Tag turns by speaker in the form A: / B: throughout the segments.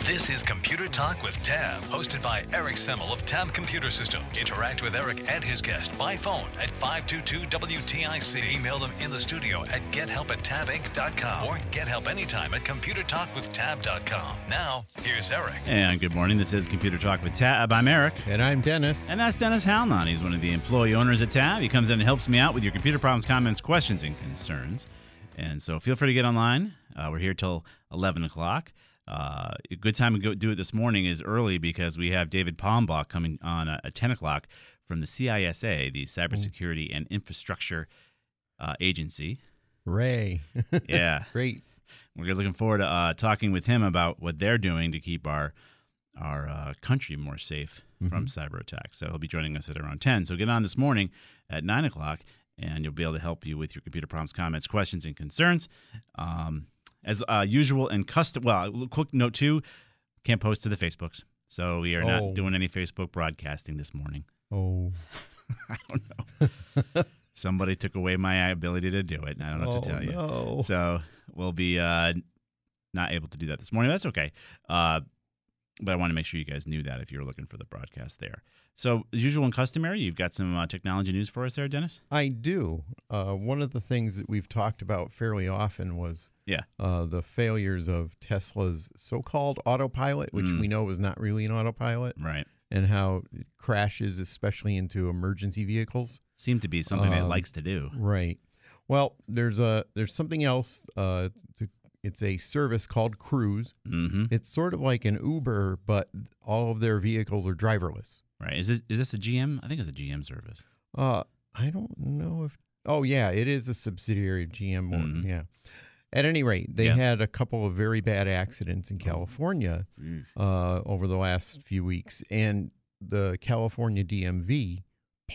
A: This is Computer Talk with Tab, hosted by Eric Semmel of Tab Computer Systems. Interact with Eric and his guest by phone at 522-WTIC. Email them in the studio at gethelp at tabinc.com or get help anytime at computertalkwithtab.com. Now, here's Eric.
B: And good morning. This is Computer Talk with Tab. I'm Eric.
C: And I'm Dennis.
B: And that's Dennis Halnon. He's one of the employee owners at Tab. He comes in and helps me out with your computer problems, comments, questions, and concerns. And so feel free to get online. Uh, we're here till 11 o'clock. Uh, a good time to go do it this morning is early because we have David Palmbach coming on uh, at 10 o'clock from the CISA, the Cybersecurity and Infrastructure uh, Agency.
C: Ray.
B: Yeah.
C: Great.
B: We're looking forward to uh, talking with him about what they're doing to keep our our uh, country more safe from cyber attacks. So he'll be joining us at around ten. So get on this morning at nine o'clock, and you'll be able to help you with your computer problems, comments, questions, and concerns. Um, as uh, usual and custom. Well, quick note too: can't post to the Facebooks, so we are
C: Oh.
B: not doing any Facebook broadcasting this morning.
C: Oh.
B: I don't know. Somebody took away my ability to do it, and I don't know what to
C: Oh,
B: tell you.
C: no.
B: So we'll be uh, not able to do that this morning. That's okay. Uh, but I want to make sure you guys knew that if you were looking for the broadcast there. So, as usual and customary, you've got some uh, technology news for us there, Dennis?
C: I do. Uh, one of the things that we've talked about fairly often was
B: Yeah.
C: uh, the failures of Tesla's so called autopilot, which
B: Mm.
C: we know is not really an autopilot,
B: Right.
C: and how it crashes, especially into emergency vehicles.
B: Seemed to be something it
C: Um,
B: likes to do.
C: Right. Well, there's a there's something else. Uh, to, it's a service called Cruise.
B: hmm
C: It's sort of like an Uber, but all of their vehicles are driverless.
B: Right. Is this, is this a GM? I think it's a GM service.
C: Uh, I don't know if. Oh yeah, it is a subsidiary of GM. or-
B: Mhm.
C: Yeah. At any rate, they
B: Yeah. Mm-hmm.
C: had a couple of very bad accidents in California uh, over the last few weeks, and the California DMV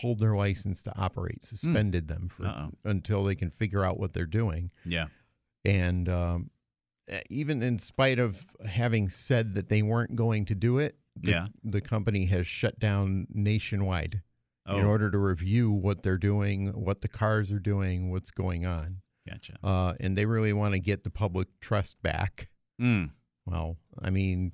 C: pulled their license to operate, suspended them for
B: Hmm. Uh-oh.
C: until they can figure out what they're doing.
B: Yeah.
C: And um, eh, even in spite of having said that they weren't going to do it, the,
B: Yeah.
C: the company has shut down nationwide
B: Oh,
C: in order to review what they're doing, what the cars are doing, what's going on.
B: gotcha.
C: Uh, and they really want to get the public trust back.
B: Mm,
C: Well, I mean,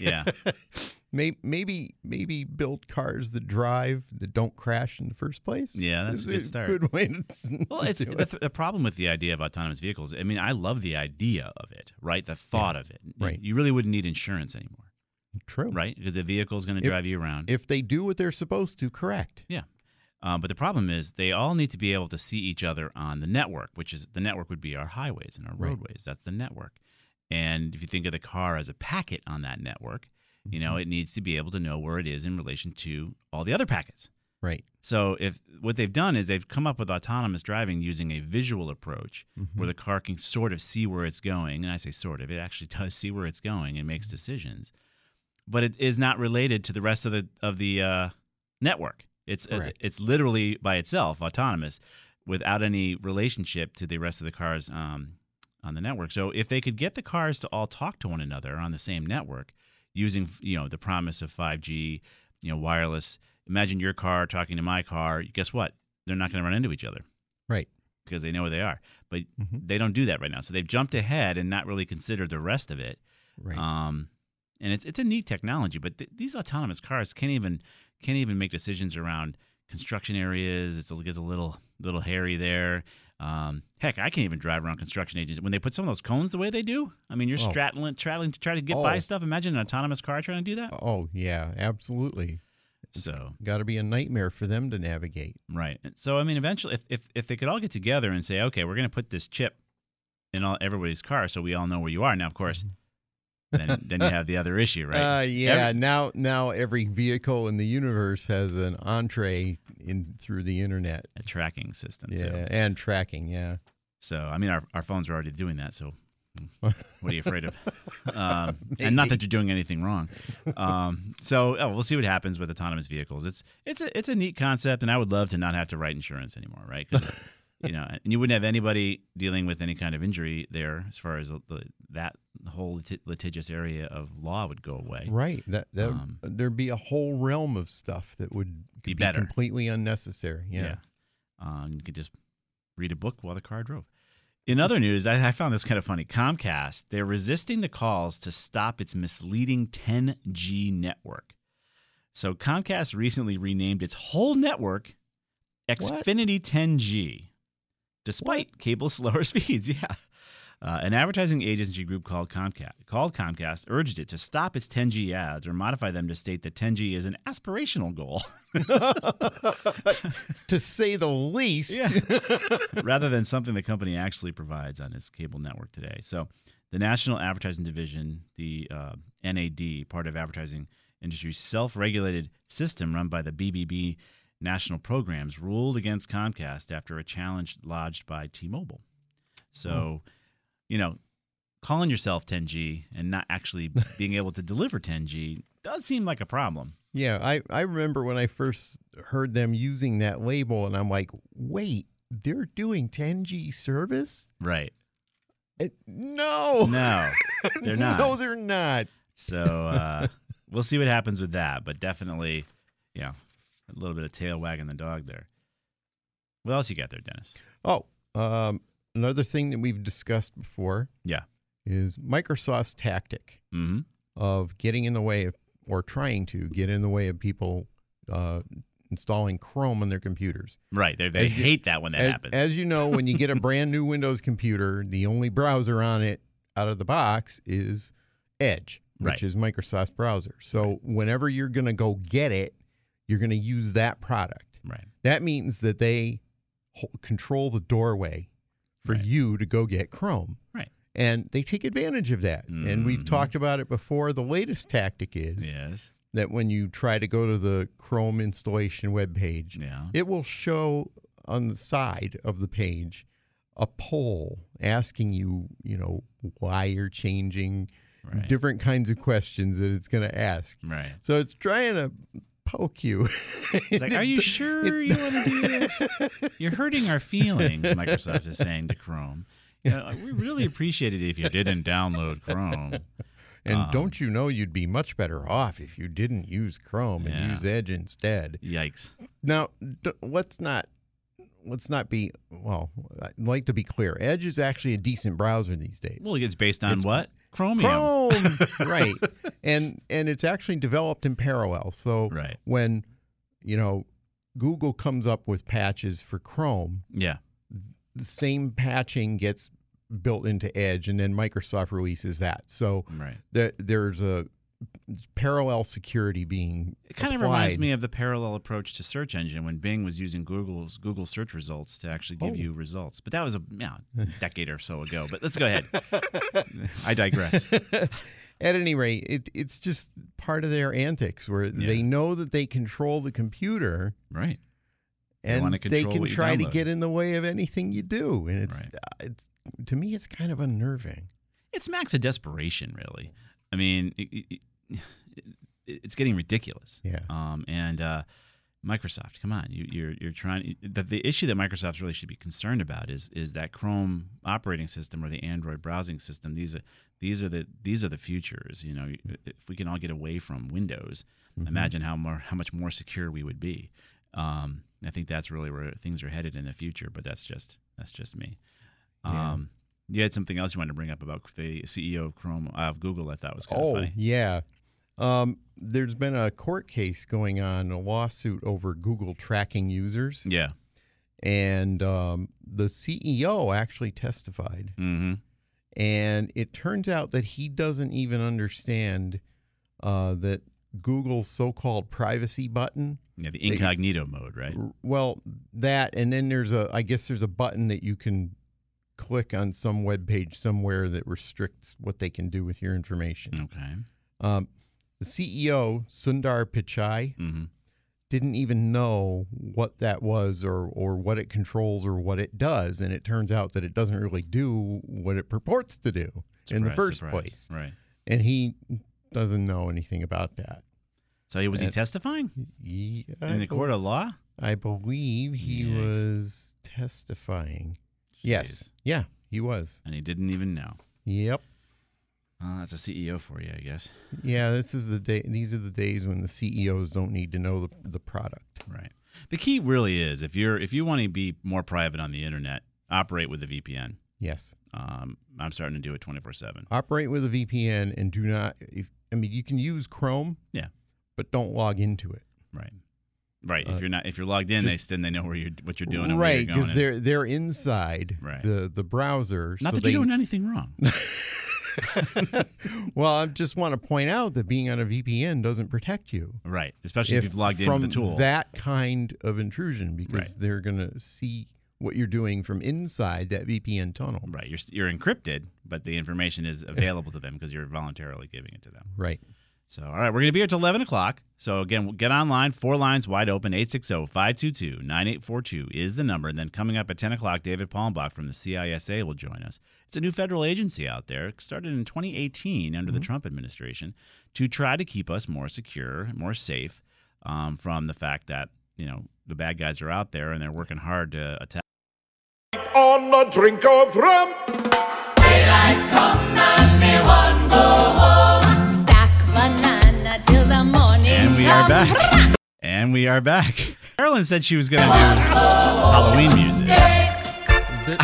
B: yeah.
C: may, maybe maybe build cars that drive that don't crash in the first place.
B: Yeah, that's a
C: Is
B: good start.
C: Good way. To
B: Well, it's
C: do
B: the,
C: it.
B: th- the problem with the idea of autonomous vehicles. I mean, I love the idea of it, right? The thought of it. You-
C: right.
B: You really wouldn't need insurance anymore,
C: true.
B: right? Because the vehicle's going to
C: If-
B: drive you around.
C: If they do what they're supposed to, correct.
B: yeah. Um, but the problem is they all need to be able to see each other on the network, which is the network would be our highways and our
C: Right.
B: roadways. That's the network. And if you think of the car as a packet on that network, you
C: Mm-hmm.
B: know, it needs to be able to know where it is in relation to all the other packets.
C: Right.
B: So if what they've done is they've come up with autonomous driving using a visual approach where the car can sort of see where it's going, and I say sort of, it actually does see where it's going and makes decisions, but it is not related to the rest of the of the uh, network. It's uh,
C: Correct.
B: it's literally by itself autonomous, without any relationship to the rest of the cars um, on the network. So if they could get the cars to all talk to one another on the same network using you know the promise of 5G, you know wireless. Imagine your car talking to my car. Guess what? They're not going to run into each other
C: Right.
B: because they know where they are. But they don't do that right now. So they've jumped ahead and not really considered the rest of it.
C: Right.
B: Uh, Um, and it's it's a neat technology, but th- these autonomous cars can't even can't even make decisions around construction areas. It's, it gets a little little hairy there. Um, heck, I can't even drive around construction agents when they put some of those cones the way they do. I mean, you're
C: Oh.
B: straddling, straddling to try to get by
C: Oh.
B: stuff. Imagine an autonomous car trying to do that.
C: Oh yeah, absolutely.
B: So
C: Got to be a nightmare for them to navigate.
B: Right. So I mean, eventually, if if, if they could all get together and say, okay, we're going to put this chip in all everybody's car, so we all know where you are. Now, of course, then then you have the other issue, right?
C: Uh, yeah.
B: Every-
C: now, now every vehicle in the universe has an entree in through the internet.
B: a tracking system.
C: Yeah,
B: Too.
C: and tracking. Yeah.
B: So I mean, our our phones are already doing that. So what are you afraid of? Um, and not that you're doing anything wrong. Um, so oh, we'll see what happens with autonomous vehicles. It's it's a it's a neat concept, and I would love to not have to write insurance anymore, right? 'Cause, you know, and you wouldn't have anybody dealing with any kind of injury there, as far as the, that whole lit- litigious area of law would go away.
C: Right. That that
B: Um,
C: there'd be a whole realm of stuff that would
B: Be better.
C: completely unnecessary. Yeah.
B: Um, you could just read a book while the car drove. In other news, I, I found this kind of funny. Comcast, they're resisting the calls to stop its misleading 10G network. So Comcast recently renamed its whole network Xfinity 10G, despite cable's slower speeds. Yeah. Uh, an advertising agency group called Comcast, called Comcast urged it to stop its 10G ads or modify them to state that 10G is an aspirational goal.
C: To say the least.
B: rather than something the company actually provides on its cable network today. So, the National Advertising Division, the uh, NAD, part of advertising industry's self-regulated system run by the BBB National Programs, ruled against Comcast after a challenge lodged by T-Mobile. So, you know, calling yourself 10G and not actually being able to deliver 10G does seem like a problem.
C: Yeah, I, I remember when I first heard them using that label, and I'm like, wait, they're doing 10G service?
B: Right.
C: It, no.
B: No, they're not.
C: no, they're not.
B: So uh, we'll see what happens with that, but definitely, you know, a little bit of tail wagging the dog there. What else you got there, Dennis?
C: Oh, um, another thing that we've discussed before
B: Yeah.
C: is Microsoft's tactic
B: Mm-hmm.
C: of getting in the way of, or trying to get in the way of people uh, installing Chrome on their computers.
B: Right. They, they
C: As you-
B: hate that when that
C: as,
B: happens.
C: as you know, when you get a brand new Windows computer, the only browser on it out of the box is Edge, which
B: Right.
C: is Microsoft's browser. So whenever you're going to go get it, you're going to use that product.
B: right.
C: That means that they ho- control the doorway for
B: Right.
C: you to go get Chrome.
B: Right.
C: And they take advantage of that. And we've
B: Mhm.
C: talked about it before. The latest tactic is
B: Yes.
C: that when you try to go to the Chrome installation webpage,
B: Yeah.
C: it will show on the side of the page a poll asking you, you know, why you're changing,
B: Right.
C: different kinds of questions that it's going to ask.
B: Right.
C: So it's trying to poke you.
B: It's like, are you sure you want to do this? You're hurting our feelings, Microsoft is saying to Chrome. You know, we really appreciate it if you didn't download Chrome.
C: and
B: Um,
C: don't you know you'd be much better off if you didn't use Chrome
B: Yeah.
C: and use Edge instead?
B: Yikes.
C: Now, d- let's not let's not be well. I'd like to be clear. Edge is actually a decent browser these days.
B: Well, it's based on what? Chromium.
C: Chrome, right? And and it's actually developed in parallel. So
B: Right.
C: when you know Google comes up with patches for Chrome,
B: Yeah.
C: the same patching gets built into Edge, and then Microsoft releases that. So
B: Right.
C: there, there's a parallel security being.
B: It kind of reminds
C: applied.
B: me of the parallel approach to search engine when Bing was using Google's Google search results to actually give
C: Oh.
B: you results. But that was a yeah, decade or so ago. But let's go ahead. I digress.
C: At any rate, it, it's just part of their antics where they
B: Yeah.
C: know that they control the computer.
B: Right. They
C: and
B: wanna
C: they
B: control
C: can
B: what you
C: try to
B: download.
C: get in the way of anything you do and it's,
B: Right.
C: uh, it's to me it's kind of unnerving
B: It's max of desperation, really. I mean, it, it- it- it's getting ridiculous.
C: Yeah.
B: Um, and uh, Microsoft, come on, you, you're you're trying. The, the issue that Microsoft really should be concerned about is is that Chrome operating system or the Android browsing system. These are these are the these are the futures. You know, if we can all get away from Windows, imagine how more how much more secure we would be. Um, I think that's really where things are headed in the future. But that's just that's just me.
C: Yeah.
B: Um, E you had something else you wanted to bring up about the CEO of Chrome uh, of Google. I thought was kind of
C: oh
B: funny.
C: yeah Um, there's been a court case going on, a lawsuit over Google tracking users,
B: Yeah.
C: and um, the CEO actually testified.
B: Mm-hmm.
C: And it turns out that he doesn't even understand uh, that Google's so-called privacy button.
B: Yeah, the incognito mode, right?
C: r- Well, that and then there's a I guess there's a button that you can click on some web page somewhere that restricts what they can do with your information.
B: Okay. Mm.
C: Um, the CEO Sundar Pichai
B: Mm-hmm.
C: didn't even know what that was or or what it controls or what it does, and it turns out that it doesn't really do what it purports to do in the first place.
B: Right.
C: And he doesn't know anything about that.
B: So he was he
C: And-
B: testifying
C: He- I
B: in the
C: bel-
B: court of law?
C: I believe he
B: Yikes.
C: was testifying. Yes.
B: Jeez.
C: Yeah, he was.
B: And he didn't even know.
C: Yep.
B: Well, that's a CEO for you, I guess.
C: Yeah, this is the day. These are the days when the CEOs don't need to know the, the product.
B: Right. The key really is if you're if you want to be more private on the internet, operate with a VPN.
C: Yes.
B: Um, I'm starting to do it 24 seven.
C: Operate with a VPN and do not. If, I mean, you can use Chrome,
B: Yeah.
C: but don't log into it.
B: Right. Right.
C: Uh,
B: if you're not if you're logged in,
C: just-
B: they then they know where you're what you're doing. and where you're
C: right,
B: going
C: because
B: and-
C: they're they're inside
B: Right.
C: the the browser.
B: not
C: so
B: that
C: they,
B: you're doing anything wrong.
C: well, I just want to point out that being on a VPN doesn't protect you.
B: right. Especially if, you've logged
C: from
B: into the tool.
C: That kind of intrusion because
B: Right.
C: they're going to see what you're doing from inside that VPN tunnel.
B: Right. You're you're encrypted, but the information is available to them because you're voluntarily giving it to them.
C: Right.
B: So, all right, we're going to be here till 11 o'clock. So, again, we'll get online. Four lines wide open oh, 860 522 9842 is the number. And then coming up at 10 o'clock, David Palmbach from the CISA will join us. It's a new federal agency out there, started in 2018 under the Trump administration, to try to keep us more secure, more safe um, from the fact that, you know, the bad guys are out there and they're working hard to attack.
D: on a drink of rum.
E: Stack banana till the morning.
B: And we are
E: come.
B: back. And we are back. Marilyn said she was going to do Halloween music.
C: Th-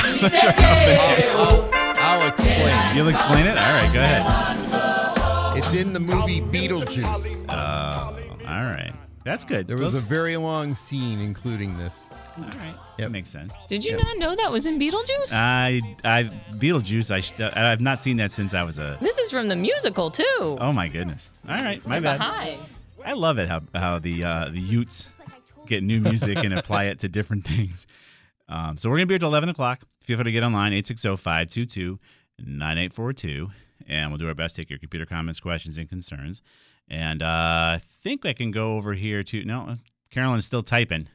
C: I'll explain.
B: You'll explain it? All right, go ahead.
C: It's in the movie Beetlejuice.
B: Oh, all right. That's good.
C: There was a
B: Those-
C: very long scene including this.
B: all right.
C: Yep.
B: That makes sense.
F: Did you not know that was in Beetlejuice?
B: I, I, Beetlejuice. I, sh- I've not seen that since I was a.
F: this is from the musical too.
B: Oh my goodness. All right, my
G: Uh-huh.
B: bad.
F: Hi.
B: I love it how how the uh, the Utes get new music and apply it to different things. Um, so we're gonna be here till eleven o'clock. Feel free to get online oh, 860-522-9842. and we'll do our best to take your computer comments, questions, and concerns. And uh, I think I can go over here to no. Carolyn's still typing.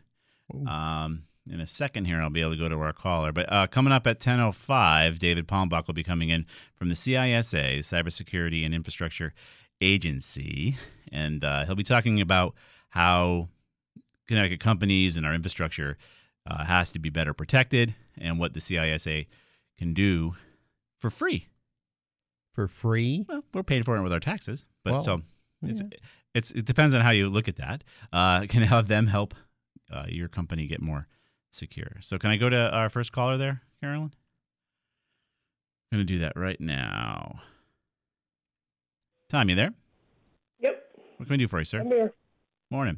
B: Um, in a second here, I'll be able to go to our caller. But uh, coming up at 10.05, David Palmbach will be coming in from the CISA, Cybersecurity and Infrastructure Agency. And uh, he'll be talking about how Connecticut companies and our infrastructure uh, has to be better protected and what the CISA can do for free.
C: For free?
B: Well, we're paying for it with our taxes, but
C: Well,
B: so it's, it's it depends on how you look at that. Uh, can have them help uh, your company get more secure. So can I go to our first caller there, Carolyn? I'm gonna do that right now. Tom, you there?
H: Yep,
B: What can we do for you, sir?
H: I'm here.
B: Morning.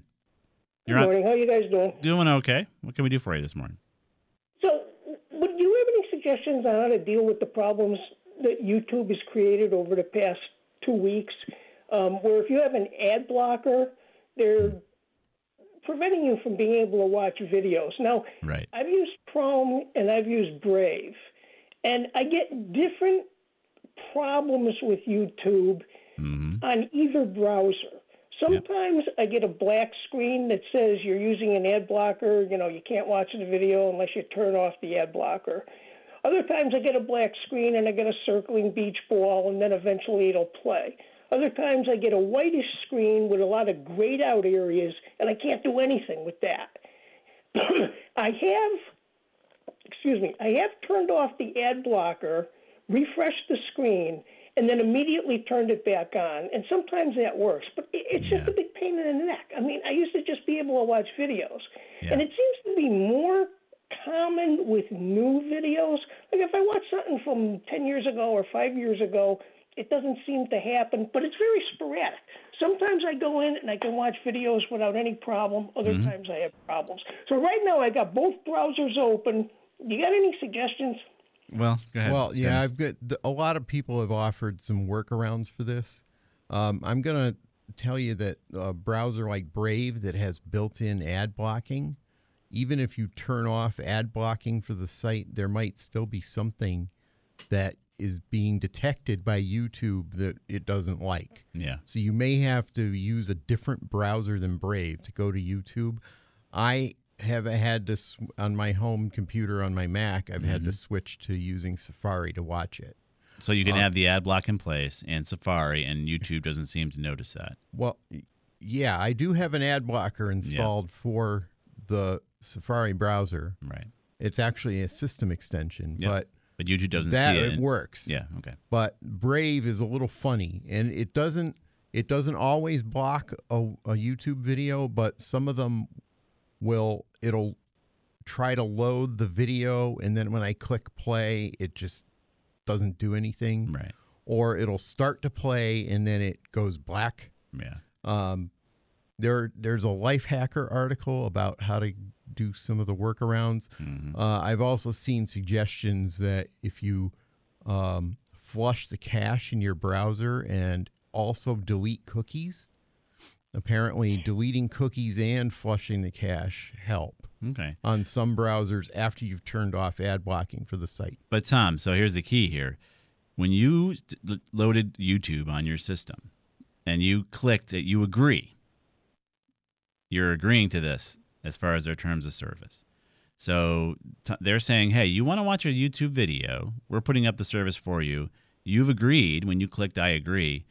H: Good
B: You're on-
H: morning. How you guys doing?
B: doing okay. What can we do for you this morning?
H: So, would you have any suggestions on how to deal with the problems that YouTube has created over the past two weeks? Um, where if you have an ad blocker, they're preventing you from being able to watch videos. Now,
B: Right.
H: I've used Chrome and I've used Brave, and I get different problems with YouTube on either browser. Sometimes I get a black screen that says you're using an ad blocker, you know, you can't watch the video unless you turn off the ad blocker. Other times I get a black screen and I get a circling beach ball and then eventually it'll play. Other times I get a whitish screen with a lot of grayed out areas and I can't do anything with that. I have excuse me, I have turned off the ad blocker, refreshed the screen, and then immediately turned it back on. And sometimes that works, but it, it's just a big pain in the neck. I mean, I used to just be able to watch videos, and it seems to be more common with new videos. Like if I watch something from 10 years ago or 5 years ago, it doesn't seem to happen, but it's very sporadic. Sometimes I go in and I can watch videos without any problem. Other
B: Mhm.
H: times I have problems. So right now I got both browsers open. You got any suggestions?
B: Well, go ahead.
C: Well, yeah,
B: Dennis.
C: I've got the, a lot of people have offered some workarounds for this. Um, I'm gonna tell you that a browser like Brave that has built-in ad blocking, even if you turn off ad blocking for the site, there might still be something that is being detected by YouTube that it doesn't like.
B: yeah.
C: So you may have to use a different browser than Brave to go to YouTube. I have had to sw- on my home computer on my Mac. I've had
B: Mm-hmm.
C: to switch to using Safari to watch it.
B: So you can
C: Uh,
B: have the ad block in place and Safari, and YouTube doesn't seem to notice that.
C: Well, y- yeah, I do have an ad blocker installed for the Safari browser.
B: Right.
C: It's actually a system extension,
B: Yeah.
C: but
B: But YouTube doesn't
C: that
B: see it.
C: it
B: and-
C: works.
B: Yeah. Okay.
C: but Brave is a little funny, and it doesn't it doesn't always block a, a YouTube video, but some of them will. It'll try to load the video, and then when I click play, it just doesn't do anything,
B: Right.
C: or it'll start to play and then it goes black.
B: Yeah.
C: Um, there, there's a Life Hacker article about how to do some of the workarounds. Uh, I've also seen suggestions that if you um, flush the cache in your browser and also delete cookies, apparently deleting cookies and flushing the cache help
B: Okay.
C: on some browsers after you've turned off ad blocking for the site.
B: But Tom, so here's the key here. When you t- l- loaded YouTube on your system and you clicked it, you agree. You're agreeing to this as far as their terms of service. So t- they're saying, hey, you want to watch a YouTube video? We're putting up the service for you. You've agreed when you clicked I agree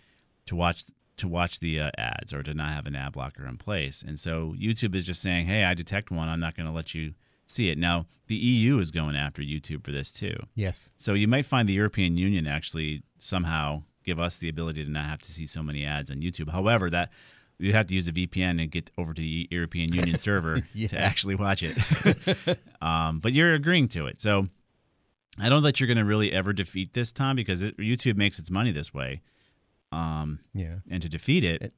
B: to watch to watch the uh, ads or to not have an ad blocker in place. And so YouTube is just saying, hey, I detect one. I'm not going to let you see it. Now, the EU is going after YouTube for this too.
C: Yes.
B: So you might find the European Union actually somehow give us the ability to not have to see so many ads on YouTube. However, that you have to use a VPN and get over to the European Union server
C: Yeah.
B: to actually watch it. um, but you're agreeing to it, so I don't know that you're going to really ever defeat this, Tom, because it, YouTube makes its money this way. Um,
C: Yeah.
B: and to defeat it,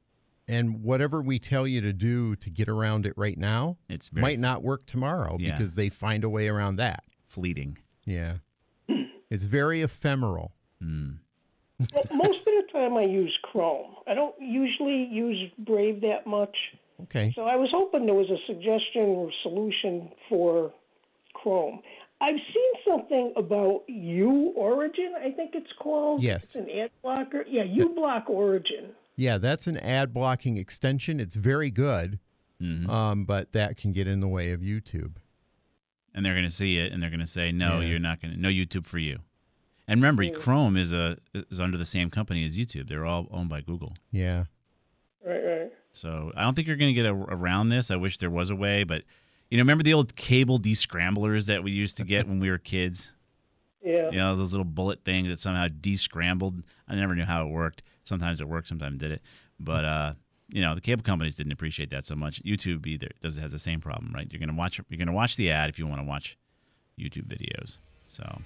C: And whatever we tell you to do to get around it right now
B: it's very
C: might not work tomorrow
B: Yeah.
C: because they find a way around that.
B: fleeting.
C: Yeah. It's very ephemeral.
B: Mm.
H: Well, most of the time I use Chrome. I don't usually use Brave that much.
C: Okay.
H: So I was hoping there was a suggestion or solution for Chrome. I've seen something about U Origin, I think it's called.
C: Yes.
H: It's an ad blocker. Yeah, U Block Origin.
C: Yeah, that's an ad blocking extension. It's very good,
B: Mhm.
C: um, but that can get in the way of YouTube.
B: and they're going to see it and they're going to say no
C: Yeah.
B: you're not going to no youtube for you and remember chrome is a is under the same company as youtube they're all owned by google
C: Yeah.
H: Right, right.
B: so i don't think you're going to get a, around this i wish there was a way but you know remember the old cable descramblers that we used to get when we were kids
H: Yeah.
B: you know those little bullet things that somehow descrambled i never knew how it worked sometimes it worked sometimes it didn't but uh you know the cable companies didn't appreciate that so much youtube either does has the same problem right you're going to watch you're going to watch the ad if you want to watch youtube videos so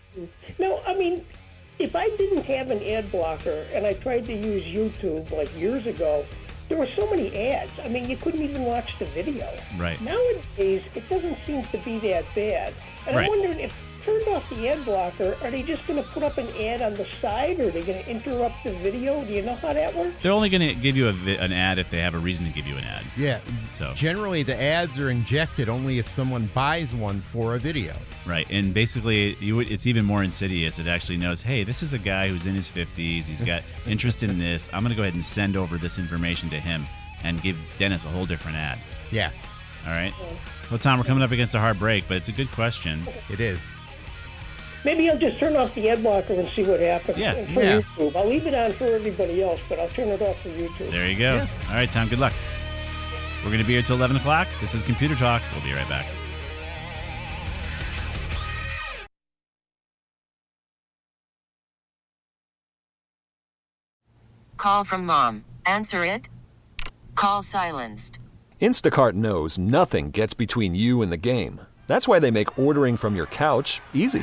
H: No, I mean, if I didn't have an ad blocker and I tried to use YouTube like years ago, there were so many ads. I mean, you couldn't even watch the video.
B: Right.
H: Nowadays, it doesn't seem to be that bad. And
B: Right.
H: I'm wondering if they turned off the ad blocker, are they just going to put up an ad on the side or are they going to interrupt the video? Do you know how that works?
B: They're only going to give you a, vi- an ad if they have a reason to give you an ad.
C: Yeah.
B: So-
C: generally the ads are injected only if someone buys one for a video.
B: Right. And basically, you would, it's even more insidious. It actually knows, hey, this is a guy who's in his 50s. He's got interest in this. I'm going to go ahead and send over this information to him and give Dennis a whole different ad.
C: Yeah,
B: All right. Well, Tom, we're coming up against a hard break, but it's a good question.
C: it is.
H: Maybe I'll just turn off the ad blocker and see what happens.
B: Yeah,
H: And for
C: yeah.
H: YouTube. I'll leave it on for everybody else, but I'll turn it off for YouTube.
B: There you go. All right, Tom, good luck. We're going to be here till 11 o'clock. This is Computer Talk. We'll be right back.
I: Call from mom. Answer it. Call silenced.
J: Instacart knows nothing gets between you and the game. That's why they make ordering from your couch easy.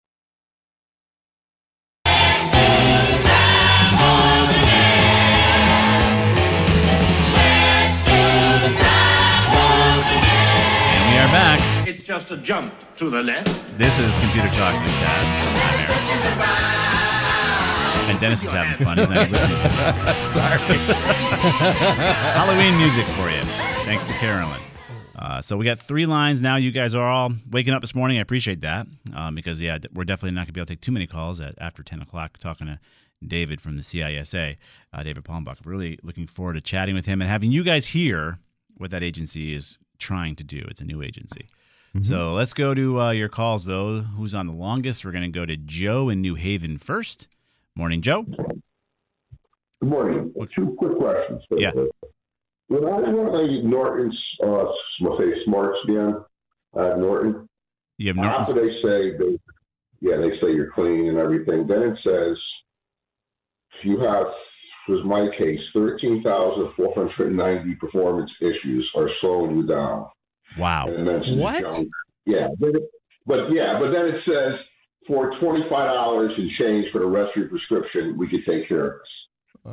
B: And we are back.
D: It's just a jump to the left.
B: This is Computer Talk with Tad. And Dennis is having fun. He's not even listening to it.
C: Sorry.
B: Halloween music for you. Thanks to Carolyn. Uh, so we got three lines now. You guys are all waking up this morning. I appreciate that um, because yeah, we're definitely not going to be able to take too many calls at after ten o'clock. Talking to David from the CISA, uh, David Palmbach. Really looking forward to chatting with him and having you guys hear what that agency is trying to do. It's a new agency. So let's go to uh, your calls, though. Who's on the longest? We're going to go to Joe in New Haven first. Morning, Joe.
K: Good morning. Two quick questions.
B: Yeah.
K: When I went to Norton's, uh, we'll say Smarts again, uh, Norton.
B: You have
K: After
H: Ah,
B: Norton's.
K: they say, they, yeah, they say you're clean and everything. Then it says you have, was my case, 13,490 performance issues are slowing you down.
B: Wow.
K: And then
B: What?
K: Yeah, but, but yeah, but then it says for twenty five dollars and change for the rest of your prescription, we could take care of this.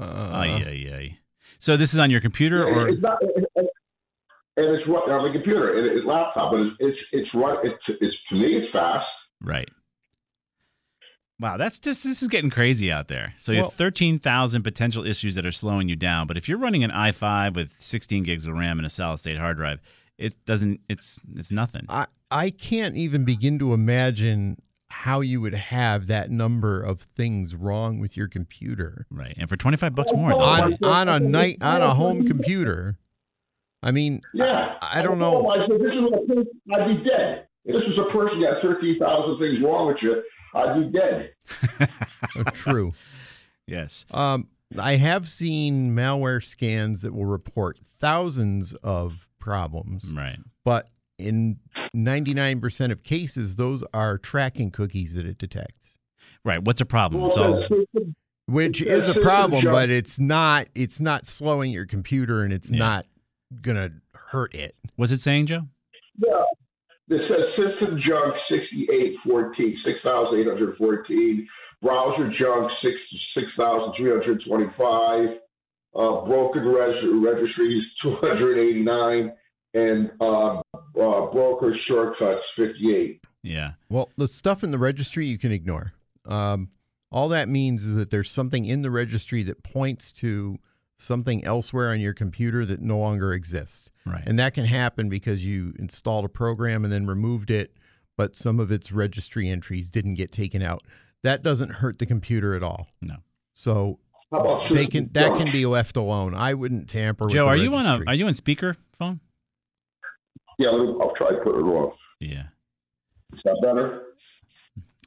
B: Ay, ay, ay. So this is on your computer, or
K: It's not, and it's run on the computer and it's laptop, but it's it's it's run. It's, it's to me, it's fast.
B: right? Wow, that's this. This is getting crazy out there. So you
K: Well-
B: have thirteen thousand potential issues that are slowing you down. But if you're running an i5 with sixteen gigs of RAM and a solid-state hard drive, it doesn't. It's it's nothing.
C: I I can't even begin to imagine how you would have that number of things wrong with your computer.
B: Right. And for twenty-five bucks more, though,
C: on, on a night on a home computer. I mean,
K: Yeah,
C: I don't know.
H: Oh,
K: I said this is a person, I'd be dead. If this was a person that had thirteen thousand things wrong with you, I'd be dead.
C: Oh, true.
B: yes.
C: Um, I have seen malware scans that will report thousands of problems.
B: Right.
C: But in 99% of cases, those are tracking cookies that it detects.
B: Right. What's a problem? It's all
C: Which is a problem, but it's not it's not slowing your computer and it's not gonna hurt it.
B: What's it saying, Joe?
K: Yeah. It says system junk 6814, 6814, browser junk 6, 6325, uh, broken res- registries 289, and uh, uh, broker shortcuts 58.
B: Yeah.
C: Well, the stuff in the registry you can ignore. Um, all that means is that there's something in the registry that points to something elsewhere on your computer that no longer exists.
B: Right.
C: And that can happen because you installed a program and then removed it, but some of its registry entries didn't get taken out. That doesn't hurt the computer at all.
B: No.
C: So
K: How about
C: they
K: system
C: can that
K: junk?
C: can be left alone. I wouldn't tamper
B: Joe,
C: with
B: are
C: the
B: you on a
C: registry.
B: are you on speaker phone?
K: Yeah, let me, I'll try to put it on.
B: Yeah.
K: Is that better?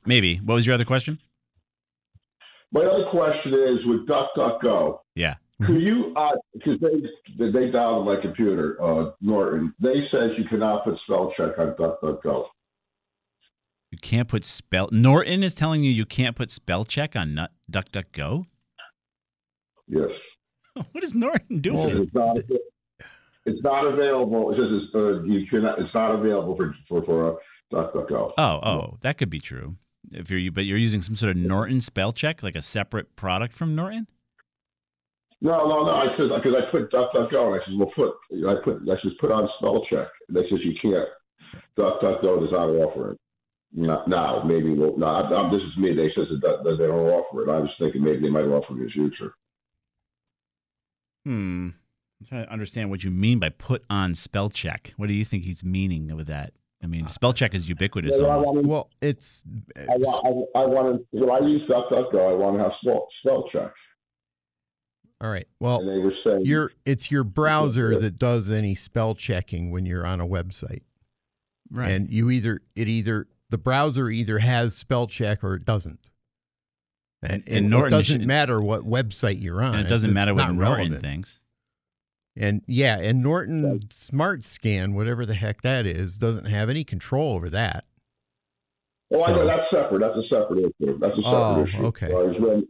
B: Maybe. What was your other question?
K: My other question is with DuckDuckGo.
B: Yeah.
K: Could you, because they they dialed my computer, uh, Norton. They said you cannot put spell check on DuckDuckGo.
B: You can't put spell. Norton is telling you you can't put spell check on nut, DuckDuckGo.
K: Yes.
B: What is Norton doing?
K: it's, not, it's not available. It says it's, uh, you cannot. It's not available for for for, uh, DuckDuckGo.
B: Oh, oh, that could be true. If you're but you're using some sort of Norton spell check, like a separate product from Norton.
K: No, no, no. I said because I put DuckDuckGo. And I said, well, put. I put. I says put on spell check. And they says you can't. DuckDuckGo does not offer it. Not now. Maybe we'll, no. I, I'm, this is me. They says that, that they don't offer it. I was thinking maybe they might offer it in the future.
B: Hmm. I'm trying to understand what you mean by put on spell check. What do you think he's meaning with that? I mean,
C: Uh,
B: spell check is ubiquitous.
K: Yeah, well, I
B: almost.
K: wanted-
C: Well, it's
K: I want. I, I want to. When I use DuckDuckGo, I want to have spell, spell check.
C: all right. Well,
K: And they were saying
C: your it's your browser that does any spell checking when you're on a website,
B: Right.
C: and you either it either the browser either has spell check or it doesn't. And,
B: And
C: and it
B: Norton
C: doesn't
B: should-
C: matter what website you're on.
B: and it doesn't
C: uh, It's
B: matter what
C: not
B: Norton
C: relevant.
B: thinks.
C: And yeah, and Norton Smart Scan, whatever the heck that is, doesn't have any control over that.
K: Oh, I
C: So-
K: know that's separate. That's a separate issue. That's a separate
C: Oh,
K: issue.
C: okay.
K: So I was when,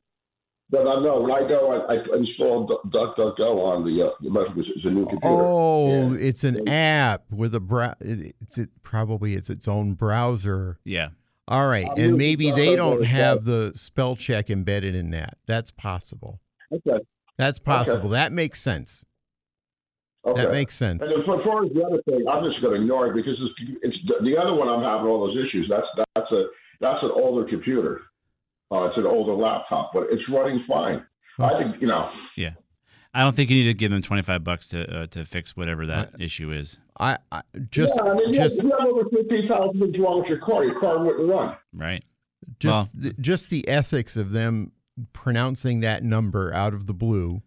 K: but I know when I go, I, I install Du- DuckDuckGo on the uh, the method. It's it's a new computer.
C: Oh,
K: Yeah.
C: it's an app with a brow. It's it, probably it's its own browser.
B: Yeah.
C: All right,
K: I'm
C: and
K: using
C: maybe they
K: DuckDuckGo
C: don't
K: as
C: have the spell check embedded in that. That's possible.
K: Okay.
C: That's possible. That makes sense.
K: Okay.
C: That makes sense.
K: And then as far as the other thing, I'm just going to ignore it because it's, it's the other one. I'm having all those issues. That's that's a that's an older computer. Uh, it's an older laptop, but it's running fine. I think you know.
B: Yeah. I don't think you need to give them 25 bucks to uh, to fix whatever
C: Uh,
B: that issue is.
C: I, I just
K: yeah, I mean,
C: just
K: you have over fifteen thousand things wrong with your car. Your car wouldn't run.
B: Right.
C: just
B: Well-
C: the, just the ethics of them pronouncing that number out of the blue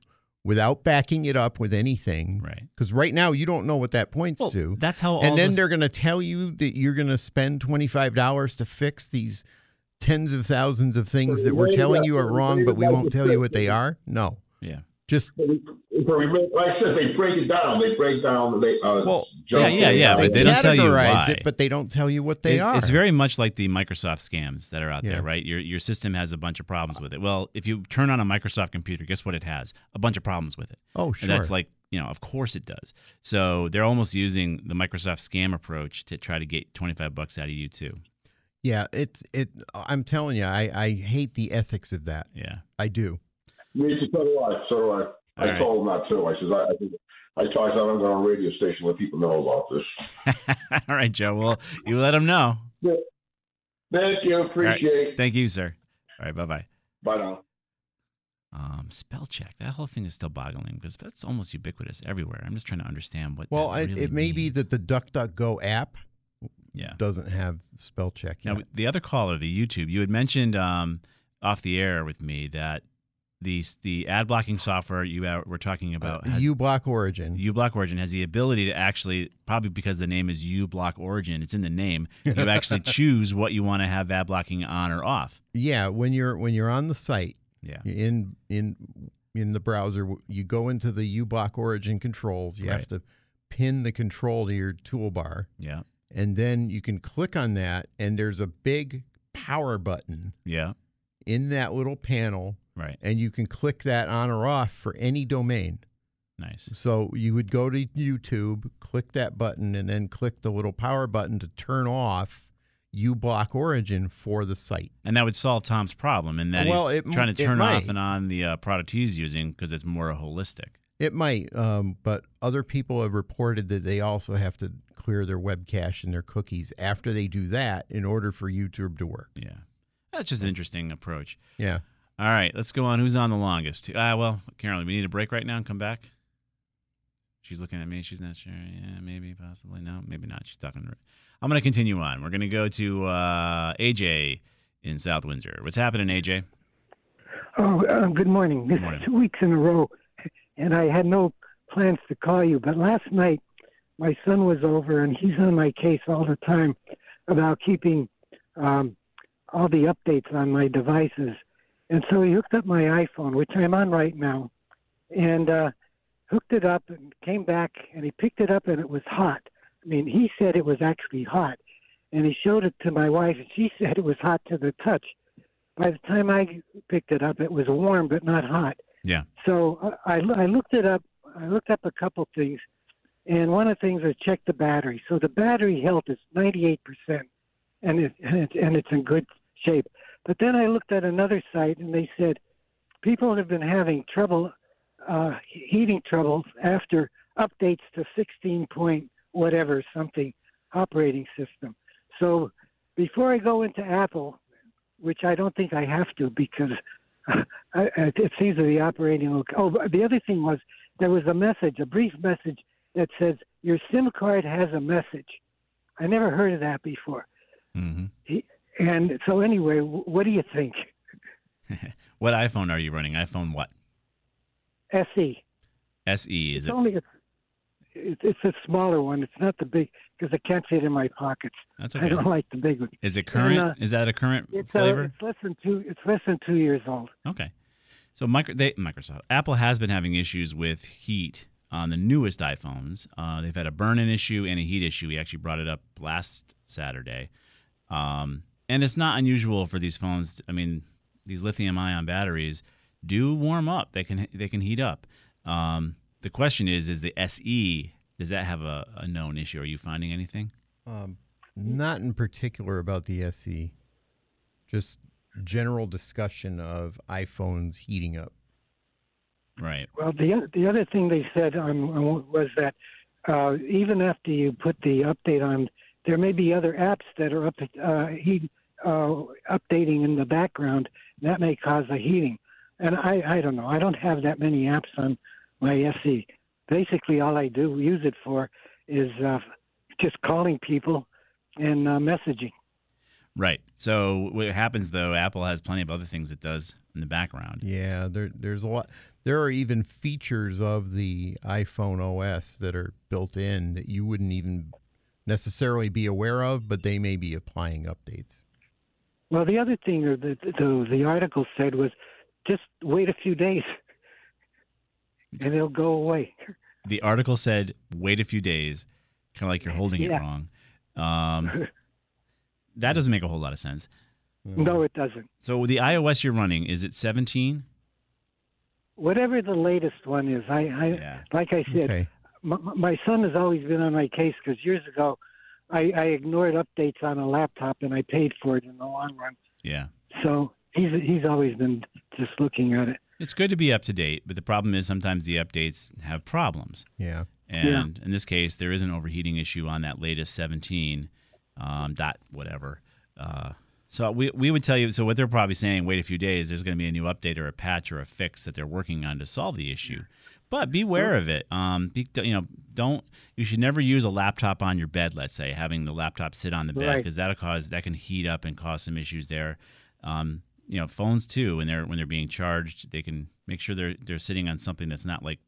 C: without backing it up with anything
B: Right.
C: because right now you don't know what that points
B: Well,
C: to
B: that's how all
C: and then
B: the-
C: they're going to tell you that you're going to spend $25 to fix these tens of thousands of things that we're telling you are wrong but we won't tell you what they are no
B: Yeah.
C: just
K: Like I said, they break it down. They break down. They uh,
C: Well,
K: jump
B: yeah, yeah,
K: in.
B: yeah, but they don't tell you
C: categorize
B: why.
C: it but they don't tell you what they
B: It's-
C: are
B: It's very much like the Microsoft scams that are out
C: Yeah.
B: there, right? Your your system has a bunch of problems with it. Well, if you turn on a Microsoft computer, guess what it has? A bunch of problems with it.
C: Oh,
B: And that's
C: sure.
B: like, you know, of course it does. So they're almost using the Microsoft scam approach to try to get 25 bucks out of you too.
C: yeah it's it i'm telling you i i hate the ethics of that
B: Yeah.
C: i do
K: Me too. So do I. So do I. I
B: All right.
K: told them not to. I says I. I, think, I talked. I'm going on a radio station. Let people know about this.
B: All right, Joe. Well, you let them know.
K: Thank you.
B: All right.
K: Appreciate. it.
B: Thank you, sir. All right, bye-bye.
K: Bye now.
B: Um, spell check. That whole thing is still boggling because that's almost ubiquitous everywhere. I'm just trying to understand what.
C: Well,
B: that
C: it,
B: really
C: it may be
B: means.
C: that the DuckDuckGo app
B: Yeah.
C: doesn't have spell check yet.
B: Now, the other caller, the YouTube, you had mentioned um, off the air with me that the the ad blocking software you out- were
C: Uh,
B: talking about has
C: uBlock Origin.
B: uBlock Origin has the ability to actually probably because the name is uBlock Origin, it's in the name. You actually choose what you want to have ad blocking on or off.
C: yeah, when you're when you're on the site
B: Yeah.
C: in in in the browser, you go into the uBlock Origin controls. You have
B: Right.
C: to pin the control to your toolbar,
B: Yeah.
C: and then you can click on that. And there's a big power button
B: Yeah.
C: in that little panel,
B: Right.
C: and you can click that on or off for any domain.
B: Nice.
C: So you would go to YouTube, click that button, and then click the little power button to turn off uBlock Origin for the site.
B: And that would solve Tom's problem in that
C: Well,
B: he's
C: it m-
B: trying to
C: it
B: turn off
C: might.
B: and on the uh, product he's using because it's more holistic.
C: It might, um, but other people have reported that they also have to clear their web cache and their cookies after they do that in order for YouTube to work.
B: Yeah. That's just an interesting approach.
C: Yeah.
B: All right, let's go on. Who's on the longest? Uh, well, Carolyn, we need a break right now and come back. She's looking at me. She's not sure. Yeah, maybe, possibly. No, maybe not. She's talking to her. I'm going to continue on. We're going to go to uh, AJ in South Windsor. What's happening, AJ?
G: Oh, uh, good morning. This
B: morning.
G: is two weeks in a row, and I had no plans to call you. But last night, my son was over, and he's on my case all the time about keeping um, all the updates on my devices. And so he hooked up my iPhone, which I'm on right now, and uh, hooked it up and came back, and he picked it up, and it was hot. I mean, he said it was actually hot, and he showed it to my wife, and she said it was hot to the touch. By the time I picked it up, it was warm but not hot.
B: Yeah.
G: So uh, I, I looked it up. I looked up a couple things, and one of the things is check the battery. So the battery health is 98%. and it, and it and it's in good shape. But then I looked at another site, and they said people have been having trouble, uh, heating troubles after updates to 16 point whatever something operating system. So before I go into Apple, which I don't think I have to because I, I, it's either the operating. or- Oh, but the other thing was there was a message, a brief message that says your SIM card has a message. I never heard of that before.
B: Mm-hmm.
G: He- And so anyway, wh- what do you think?
B: What iPhone are you running? iPhone what?
G: SE.
B: SE is
G: It's
B: it?
G: only a, it, it's a smaller one. It's not the big because I can't fit it in my pockets.
B: That's
G: I
B: okay.
G: don't like the big one.
B: Is it
G: And,
B: current?
G: uh,
B: is that a current
G: it's, uh,
B: flavor?
G: it's less than two. It's less than two years old.
B: Okay. So micro, they, Microsoft, Apple has been having issues with heat on the newest iPhones. Uh, they've had a burn-in issue and a heat issue. We actually brought it up last Saturday, um, and it's not unusual for these phones. I mean, these lithium-ion batteries do warm up. They can they can heat up. Um, the question is, is the SE does that have a, a known issue? Are you finding anything?
C: Um, not in particular about the SE, just general discussion of iPhones heating up.
B: Right.
G: Well, the o- the other thing they said um, was that uh, even after you put the update on, there may be other apps that are up uh, heat uh, updating in the background that may cause the heating. And I I don't know. I don't have that many apps on my SE. Basically, all I do use it for is uh, just calling people and uh, messaging.
B: Right. So what happens though? Apple has plenty of other things it does in the background.
C: Yeah, there, there's a lot. There are even features of the iPhone OS that are built in that you wouldn't even necessarily be aware of, but they may be applying updates.
G: Well, the other thing that the, the, the article said was just wait a few days and it'll go away.
B: the article said wait a few days kind of like you're holding
G: Yeah.
B: it wrong um, that doesn't make a whole lot of sense
G: No, it doesn't.
B: so the ios you're running is it 17
G: Whatever the latest one is, I, I like
C: Oh,
G: I said,
B: Okay.
G: my, my son has always been on my case because years ago, I, I ignored updates on a laptop and I paid for it in the long run.
B: yeah
G: So he's he's always been just looking at it.
B: it's good to be up to date but the problem is sometimes the updates have problems
C: yeah
B: and in this case there is an overheating issue on that latest 17 um, dot whatever uh, so we, we would tell you so what they're probably saying wait a few days there's going to be a new update or a patch or a fix that they're working on to solve the issue but beware of it. Um, be, you know, don't you should never use a laptop on your bed. Let's say having the laptop sit on the bed
L: Right.
B: because that'll cause that can heat up and cause some issues there. Um, you know, phones too, when they're when they're being charged, they can make sure they're they're sitting on something that's not like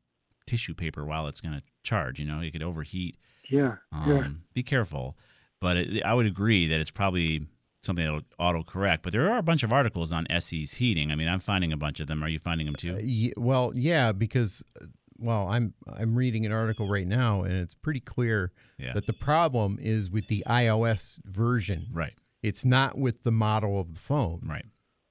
B: tissue paper while it's going to charge. You know, it could overheat.
G: Yeah,
B: Um,
G: yeah.
B: Be careful. But it, I would agree that it's probably something that'll autocorrect. But there are a bunch of articles on SE's heating. I mean, I'm finding a bunch of them. Are you finding them too?
C: Ye- well, yeah, because uh, well, I'm I'm reading an article right now, and it's pretty clear
B: Yeah.
C: that the problem is with the iOS version.
B: Right.
C: It's not with the model of the phone.
B: Right.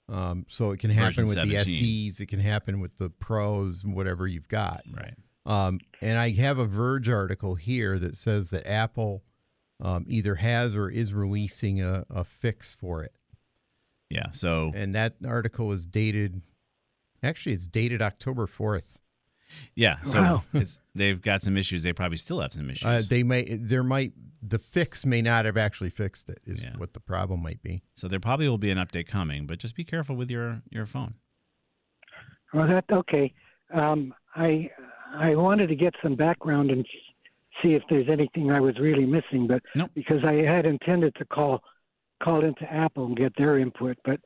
C: Um, so it can
B: Version
C: happen with
B: 17.
C: the SEs. It can happen with the pros, and whatever you've got.
B: Right.
C: Um, and I have a Verge article here that says that Apple um, either has or is releasing a, a fix for it.
B: Yeah. So
C: And that article is dated. Actually, it's dated October fourth.
B: Yeah. So
C: Wow.
B: it's, they've got some issues. They probably still have some issues.
C: Uh, they may there might the fix may not have actually fixed it is what the problem might be.
B: so there probably will be an update coming, but just be careful with your, your phone.
G: Well, that okay. Um, I I wanted to get some background and see if there's anything I was really missing, but because I had intended to call call into Apple and get their input, but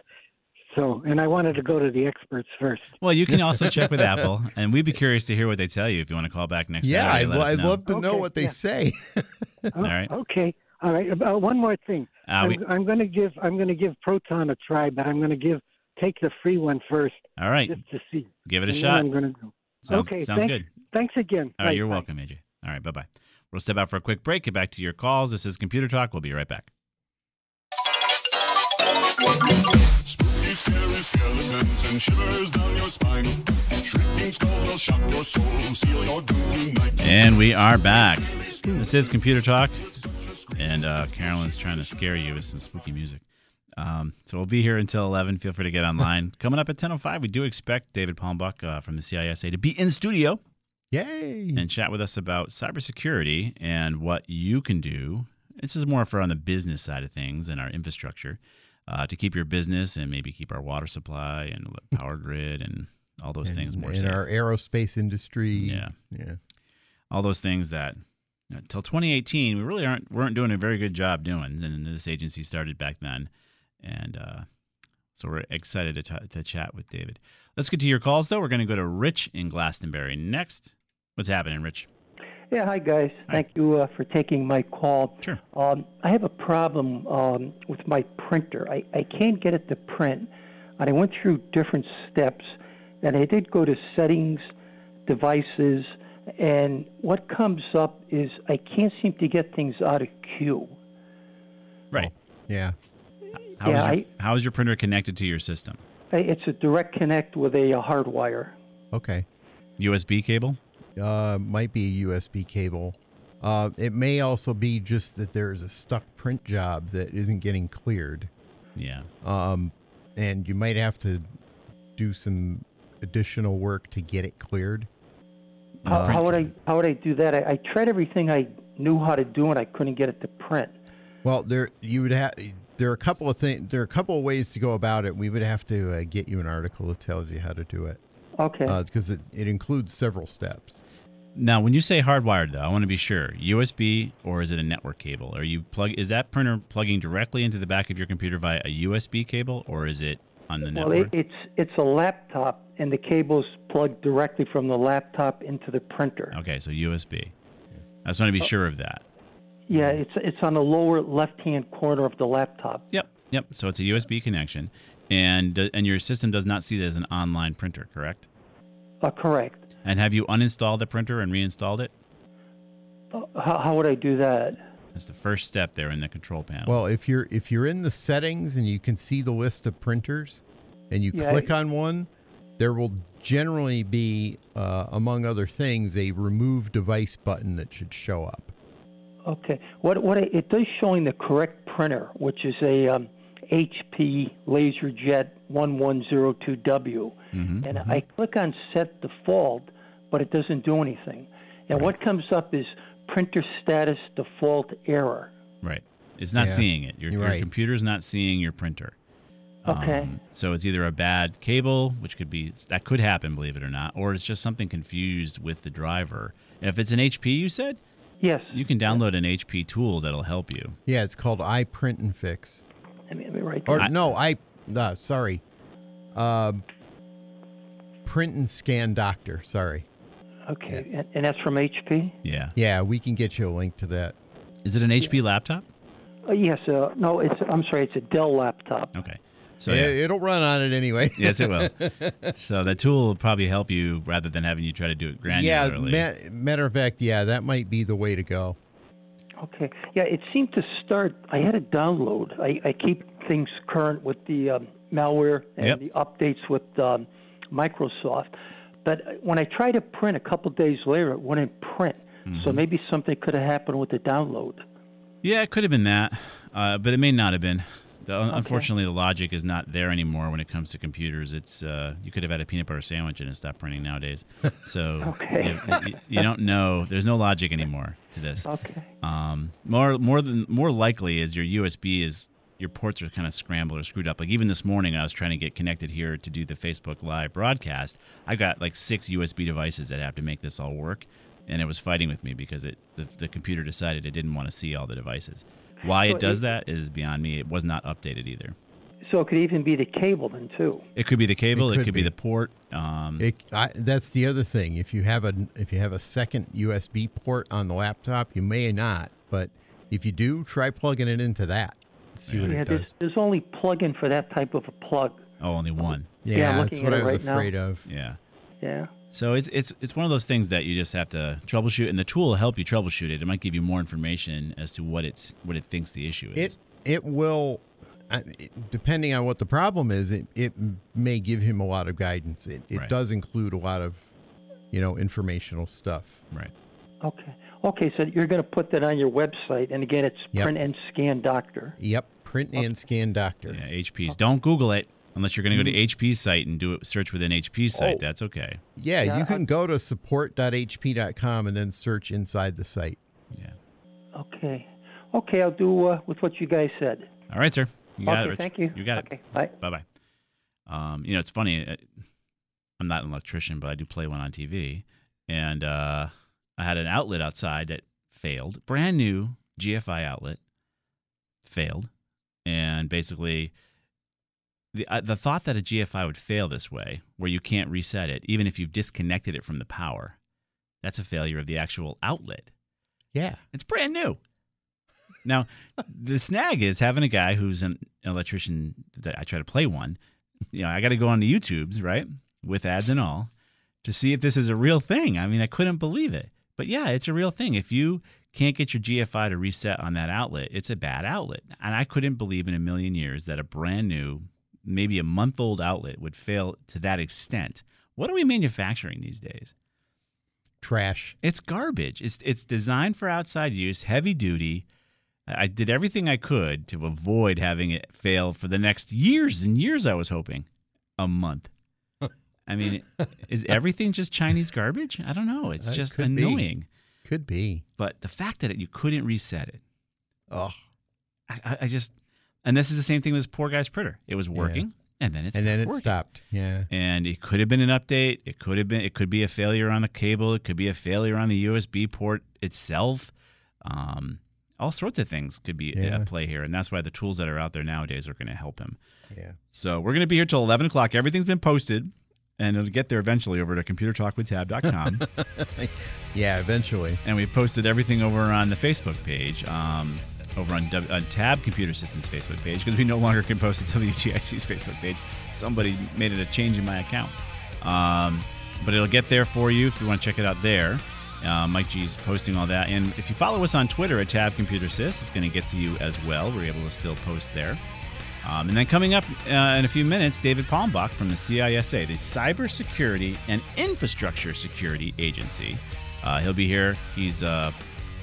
G: so and I wanted to go to the experts first.
B: Well, you can also check with Apple, and we'd be curious to hear what they tell you if you want to call back next
C: Yeah,
B: Saturday.
C: I'd,
B: let us
C: I'd
B: know.
C: love to know
G: Okay,
C: what they
G: yeah.
C: say.
G: All
B: right.
G: Oh, Okay. All right. Uh, one more thing.
B: Ah,
G: I'm,
B: we-
G: I'm going to give I'm going to give Proton a try, but I'm going to give take the free one first
B: All right.
G: just to see.
B: Give it a
G: And then
B: shot.
G: I'm going to go.
B: Sounds,
G: okay.
B: sounds
G: thanks,
B: good.
G: Thanks again.
B: All right.
G: Bye.
B: You're welcome, AJ. All right. Bye bye. We'll step out for a quick break. Get back to your calls. This is Computer Talk. We'll be right back.
M: Spooky, scary skeletons and shivers down your spine. Shrieking skulls will shock your soul, seal your doom tonight.
B: And we are back. This is Computer Talk. and uh, Carolyn's trying to scare you with some spooky music. Um, so we'll be here until 11. Feel free to get online. Coming up at 10.05, we do expect David Palmbuck uh, from the CISA to be in studio.
C: Yay!
B: And chat with us about cybersecurity and what you can do. This is more for on the business side of things and our infrastructure uh, to keep your business and maybe keep our water supply and power grid and all those
C: And-
B: things more
C: and
B: safe.
C: our aerospace industry.
B: Yeah.
C: Yeah.
B: all those things that until 2018 we really aren't weren't doing a very good job doing and this agency started back then and uh, so we're excited to, t- to chat with david let's get to your calls though we're going to go to rich in glastonbury next what's happening rich
L: Yeah, hi guys. Thank you uh, for taking my call.
B: Sure.
L: Um, I have a problem um, with my printer. I, I can't get it to print, and I went through different steps, and I did go to settings, devices, and what comes up is I can't seem to get things out of queue.
B: right
C: yeah
B: how,
L: Yeah,
B: is your, how is your printer connected to your system
L: I- It's a direct connect with a, uh hard wire.
C: Okay.
B: usb cable
C: Uh, might be a USB cable. Uh, it may also be just that there is a stuck print job that isn't getting cleared.
B: Yeah.
C: Um, and you might have to do some additional work to get it cleared.
B: Oh,
L: How, how would I how would I do that? I, I tried everything I knew how to do, and I couldn't get it to print.
C: Well, there you would have. There are a couple of things. There are a couple of ways to go about it. We would have to uh, get you an article that tells you how to do it.
L: Okay.
C: Because it, it includes several steps.
B: now when you say hardwired though i want to be sure usb or is it a network cable are you plug is that printer plugging directly into the back of your computer via a usb cable or is it on the
L: Well,
B: network
L: it, it's it's a laptop, and the cable's plugged directly from the laptop into the printer.
B: Okay, so USB. I just want to
L: Oh.
B: be sure of that.
L: Yeah, it's it's on the lower left-hand corner of the laptop.
B: Yep, yep. So it's a USB connection, and uh, and your system does not see that as an online printer, correct?
L: Uh, correct.
B: And have you uninstalled the printer and reinstalled it?
L: Uh, How, how would I do that?
B: That's the first step there in the control panel.
C: Well, if you're if you're in the settings and you can see the list of printers, and you
L: Yeah,
C: click
L: I-
C: on one, there will generally be, uh, among other things, a remove device button that should show up.
L: Okay. What what I, it does showing the correct printer, which is a um, HP LaserJet 1102W,
B: Mhm,
L: and I click on set default, but it doesn't do anything. And what comes up is printer status default error.
B: Right. It's not
C: Yeah,
B: seeing it. Your,
C: you're
B: your
C: right.
B: computer's not seeing your printer. Um,
L: Okay.
B: so it's either a bad cable, which could be that could happen, believe it or not, or it's just something confused with the driver. And if it's an HP, you said
L: yes,
B: you can download an HP tool that'll help you.
C: Yeah, it's called I Print and Fix.
L: Let me, let me write
C: Or
B: I-
C: no, I no, sorry, um, Print and Scan Doctor. Sorry.
L: Okay, and, and that's from HP.
B: Yeah.
C: Yeah, we can get you a link to that.
B: Is it an HP laptop?
L: Uh, yes, uh, no, it's I'm sorry, it's a Dell laptop.
B: Okay. So
C: it, it'll run on it anyway.
B: Yes, it will. so that tool will probably help you rather than having you try to do it granularly.
C: yeah, ma- matter of fact, yeah, that might be the way to go.
L: Okay. Yeah, it seemed to start. I had a download. I, I keep things current with the um, malware and
B: Yep.
L: the updates with um, Microsoft. But when I tried to print a couple days later, it wouldn't print.
C: Mm-hmm.
L: So maybe something could have happened with the download.
B: Yeah, it could have been that, uh, but it may not have been. The, Unfortunately, the logic is not there anymore when it comes to computers. It's uh, you could have had a peanut butter sandwich and it stopped printing nowadays. So
L: Okay.
B: you, you- you don't know. There's no logic anymore to this.
L: Okay.
B: Um, more more than more likely is your USB is your ports are kind of scrambled or screwed up. Like even this morning, I was trying to get connected here to do the Facebook Live broadcast. I got like six USB devices that have to make this all work, and it was fighting with me because it the, the computer decided it didn't want to see all the devices. Why
L: So
B: it does
L: it-
B: that is beyond me. It was not updated either.
L: So it could even be the cable then too.
B: It could be the cable. It could,
C: could
B: be.
C: be.
B: the port. Um,
C: It, I, that's the other thing. If you have a if you have a second USB port on the laptop, you may not. But if you do, try plugging it into that. See what
L: yeah,
C: it does.
L: there's, there's only plug-in for that type of a plug.
B: oh, only one.
C: Yeah,
L: yeah, I'm
C: that's
L: looking
C: what
L: at
C: I
L: it
C: was
L: right now.
C: afraid of.
B: Yeah.
L: Yeah.
B: So it's it's it's one of those things that you just have to troubleshoot, and the tool will help you troubleshoot it. It might give you more information as to what it's what it thinks the issue is.
C: It it will, I- it- depending on what the problem is, it it may give him a lot of guidance. It it
B: Right.
C: does include a lot of, you know, informational stuff.
B: right.
L: Okay. Okay, so you're going to put that on your website, and again, it's
C: Yep.
L: print and scan doctor.
C: Yep. Print and scan doctor.
B: Yeah,
L: Oh.
B: HP's. Don't Google it unless you're going
L: Mm.
B: to go to HP's site and do it. Search within HP's
L: Oh.
B: site. That's okay.
C: Yeah, you can go to support.hp.com and then search inside the site.
L: Okay, okay, I'll do uh, with what you guys said.
B: All right, sir. You got
L: Okay,
B: it, Rich.
L: thank you.
B: You got
L: Okay,
B: it.
L: bye.
B: Bye bye. Um, you know, it's funny. uh, I'm not an electrician, but I do play one on TV. And uh, I had an outlet outside that failed, brand new GFI outlet failed. And basically, the, uh, the thought that a GFI would fail this way, where you can't reset it, even if you've disconnected it from the power, that's a failure of the actual outlet.
C: Yeah.
B: It's brand new. Now, the snag is having a guy who's an electrician that I try to play one. You know, I got to go on the YouTubes, right, with ads and all, to see if this is a real thing. I mean, I couldn't believe it. But yeah, it's a real thing. If you can't get your GFI to reset on that outlet, it's a bad outlet. And I couldn't believe in a million years that a brand new, maybe a month old outlet would fail to that extent. What are we manufacturing these days?
C: Trash.
B: It's garbage. It's it's designed for outside use, heavy duty. I I did everything I could to avoid having it fail for the next years and years. I was hoping a month. I mean, is everything just Chinese garbage? I don't know. It's
C: It
B: just
C: could be.
B: annoying.
C: Could be.
B: But the fact that you couldn't reset it,
C: oh,
B: I, I- I just. And this is the same thing with this poor guy's printer. It was working, and then it
C: and then it
B: working
C: stopped. Yeah.
B: and it could have been an update. It could have been. It could be a failure on the cable. It could be a failure on the USB port itself. Um, all sorts of things could be
C: Yeah.
B: at play here, and that's why the tools that are out there nowadays are going to help him.
C: Yeah.
B: So we're going to be here till eleven o'clock. Everything's been posted, and it'll get there eventually over to computertalkwithtab.com.
C: yeah, eventually.
B: And we posted everything over on the Facebook page. Um, over on, w- on Tab Computer Systems Facebook page because we no longer can post to WTIC's Facebook page. Somebody made it a change in my account. Um, but it'll get there for you if you want to check it out there. Uh, Mike G's posting all that. And if you follow us on Twitter at Tab Computer Sys, it's going to get to you as well. We're able to still post there. Um, and then coming up uh, in a few minutes, David Palmbach from the CISA, the Cybersecurity and Infrastructure Security Agency. Uh, he'll be here. He's uh,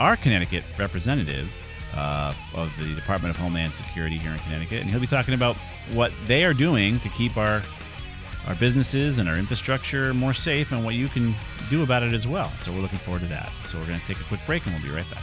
B: our Connecticut representative uh, of the Department of Homeland Security here in Connecticut, and he'll be talking about what they are doing to keep our our businesses and our infrastructure more safe, and what you can do about it as well. So we're looking forward to that. So we're going to take a quick break, and we'll be right back.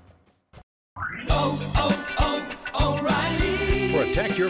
N: Protect your